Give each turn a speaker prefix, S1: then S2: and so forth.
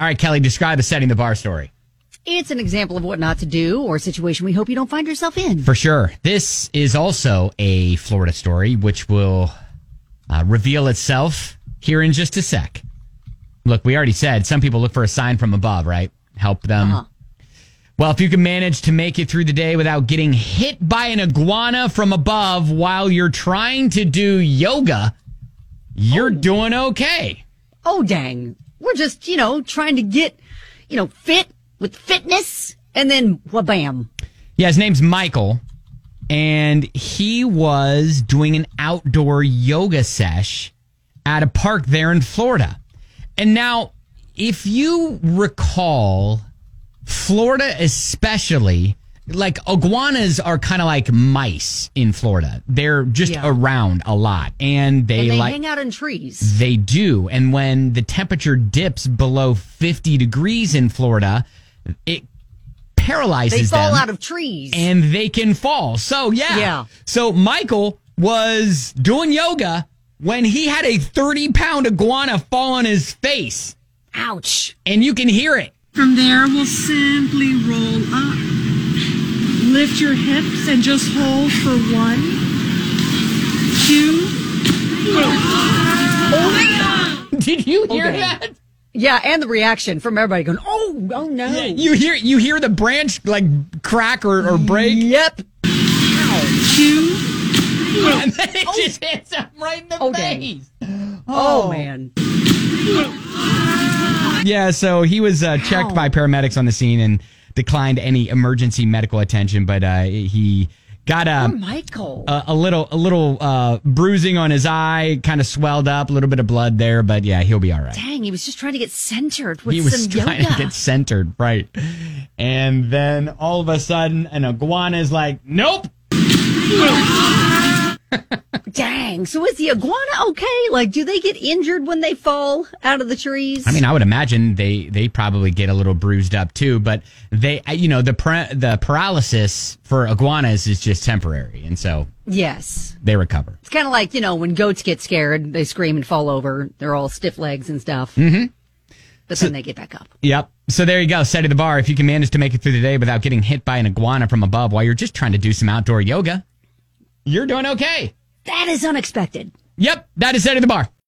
S1: All right, Kelly, describe a setting the bar story.
S2: It's an example of what not to do or a situation we hope you don't find yourself in.
S1: For sure. This is also a Florida story, which will uh, reveal itself here in just a sec. Look, we already said some people look for a sign from above, right? Help them.
S2: Uh-huh.
S1: Well, if you can manage to make it through the day without getting hit by an iguana from above while you're trying to do yoga, you're doing okay.
S2: Oh, dang. We're just, you know, trying to get, you know, fit with fitness and then wha-bam.
S1: Yeah, his name's Michael, and he was doing an outdoor yoga sesh at a park there in Florida. And now, if you recall, Florida especially, like iguanas are kind of like mice in Florida. They're just
S2: Yeah.
S1: around a lot, and they,
S2: And they
S1: like
S2: hang out in trees.
S1: they do. And when the temperature dips below 50 degrees in Florida, it paralyzes
S2: They fall
S1: them
S2: out of trees.
S1: and they can fall. So yeah.
S2: Yeah.
S1: So Michael was doing yoga when he had a 30 pound iguana fall on his face
S2: Ouch.
S1: and you can hear it.
S3: From there, we'll simply roll up. Lift your hips and just hold for one, two.
S1: Did you hear
S2: Okay.
S1: that?
S2: Yeah, and the reaction from everybody going, oh, oh no.
S1: You hear you hear the branch like crack or, or break
S2: Yep.
S1: and then it just hits him right in the
S2: Oh, dang.
S1: face.
S2: Oh, man.
S1: Yeah, so he was uh, checked by paramedics on the scene and declined any emergency medical attention, but uh, he got a
S2: Michael.
S1: a, a little a little uh, bruising on his eye, kind of swelled up, a little bit of blood there, but yeah, he'll be all right.
S2: dang, he was just trying to get centered with
S1: He was
S2: some
S1: trying
S2: yoga.
S1: to get centered, right? And then all of a sudden, an iguana is like, "Nope."
S2: Dang. So is the iguana okay? Like, do they get injured when they fall out of the trees?
S1: I mean, I would imagine they they probably get a little bruised up too, but they, you know, the par- the paralysis for iguanas is just temporary, and so
S2: yes.
S1: they recover.
S2: It's kind of like, you know, when goats get scared, they scream and fall over. They're all stiff legs and stuff. Mm-hmm. But then they get back up.
S1: Yep. So there you go. Set of the bar. If you can manage to make it through the day without getting hit by an iguana from above while you're just trying to do some outdoor yoga, you're doing okay.
S2: That is unexpected.
S1: Yep. That is set of the bar.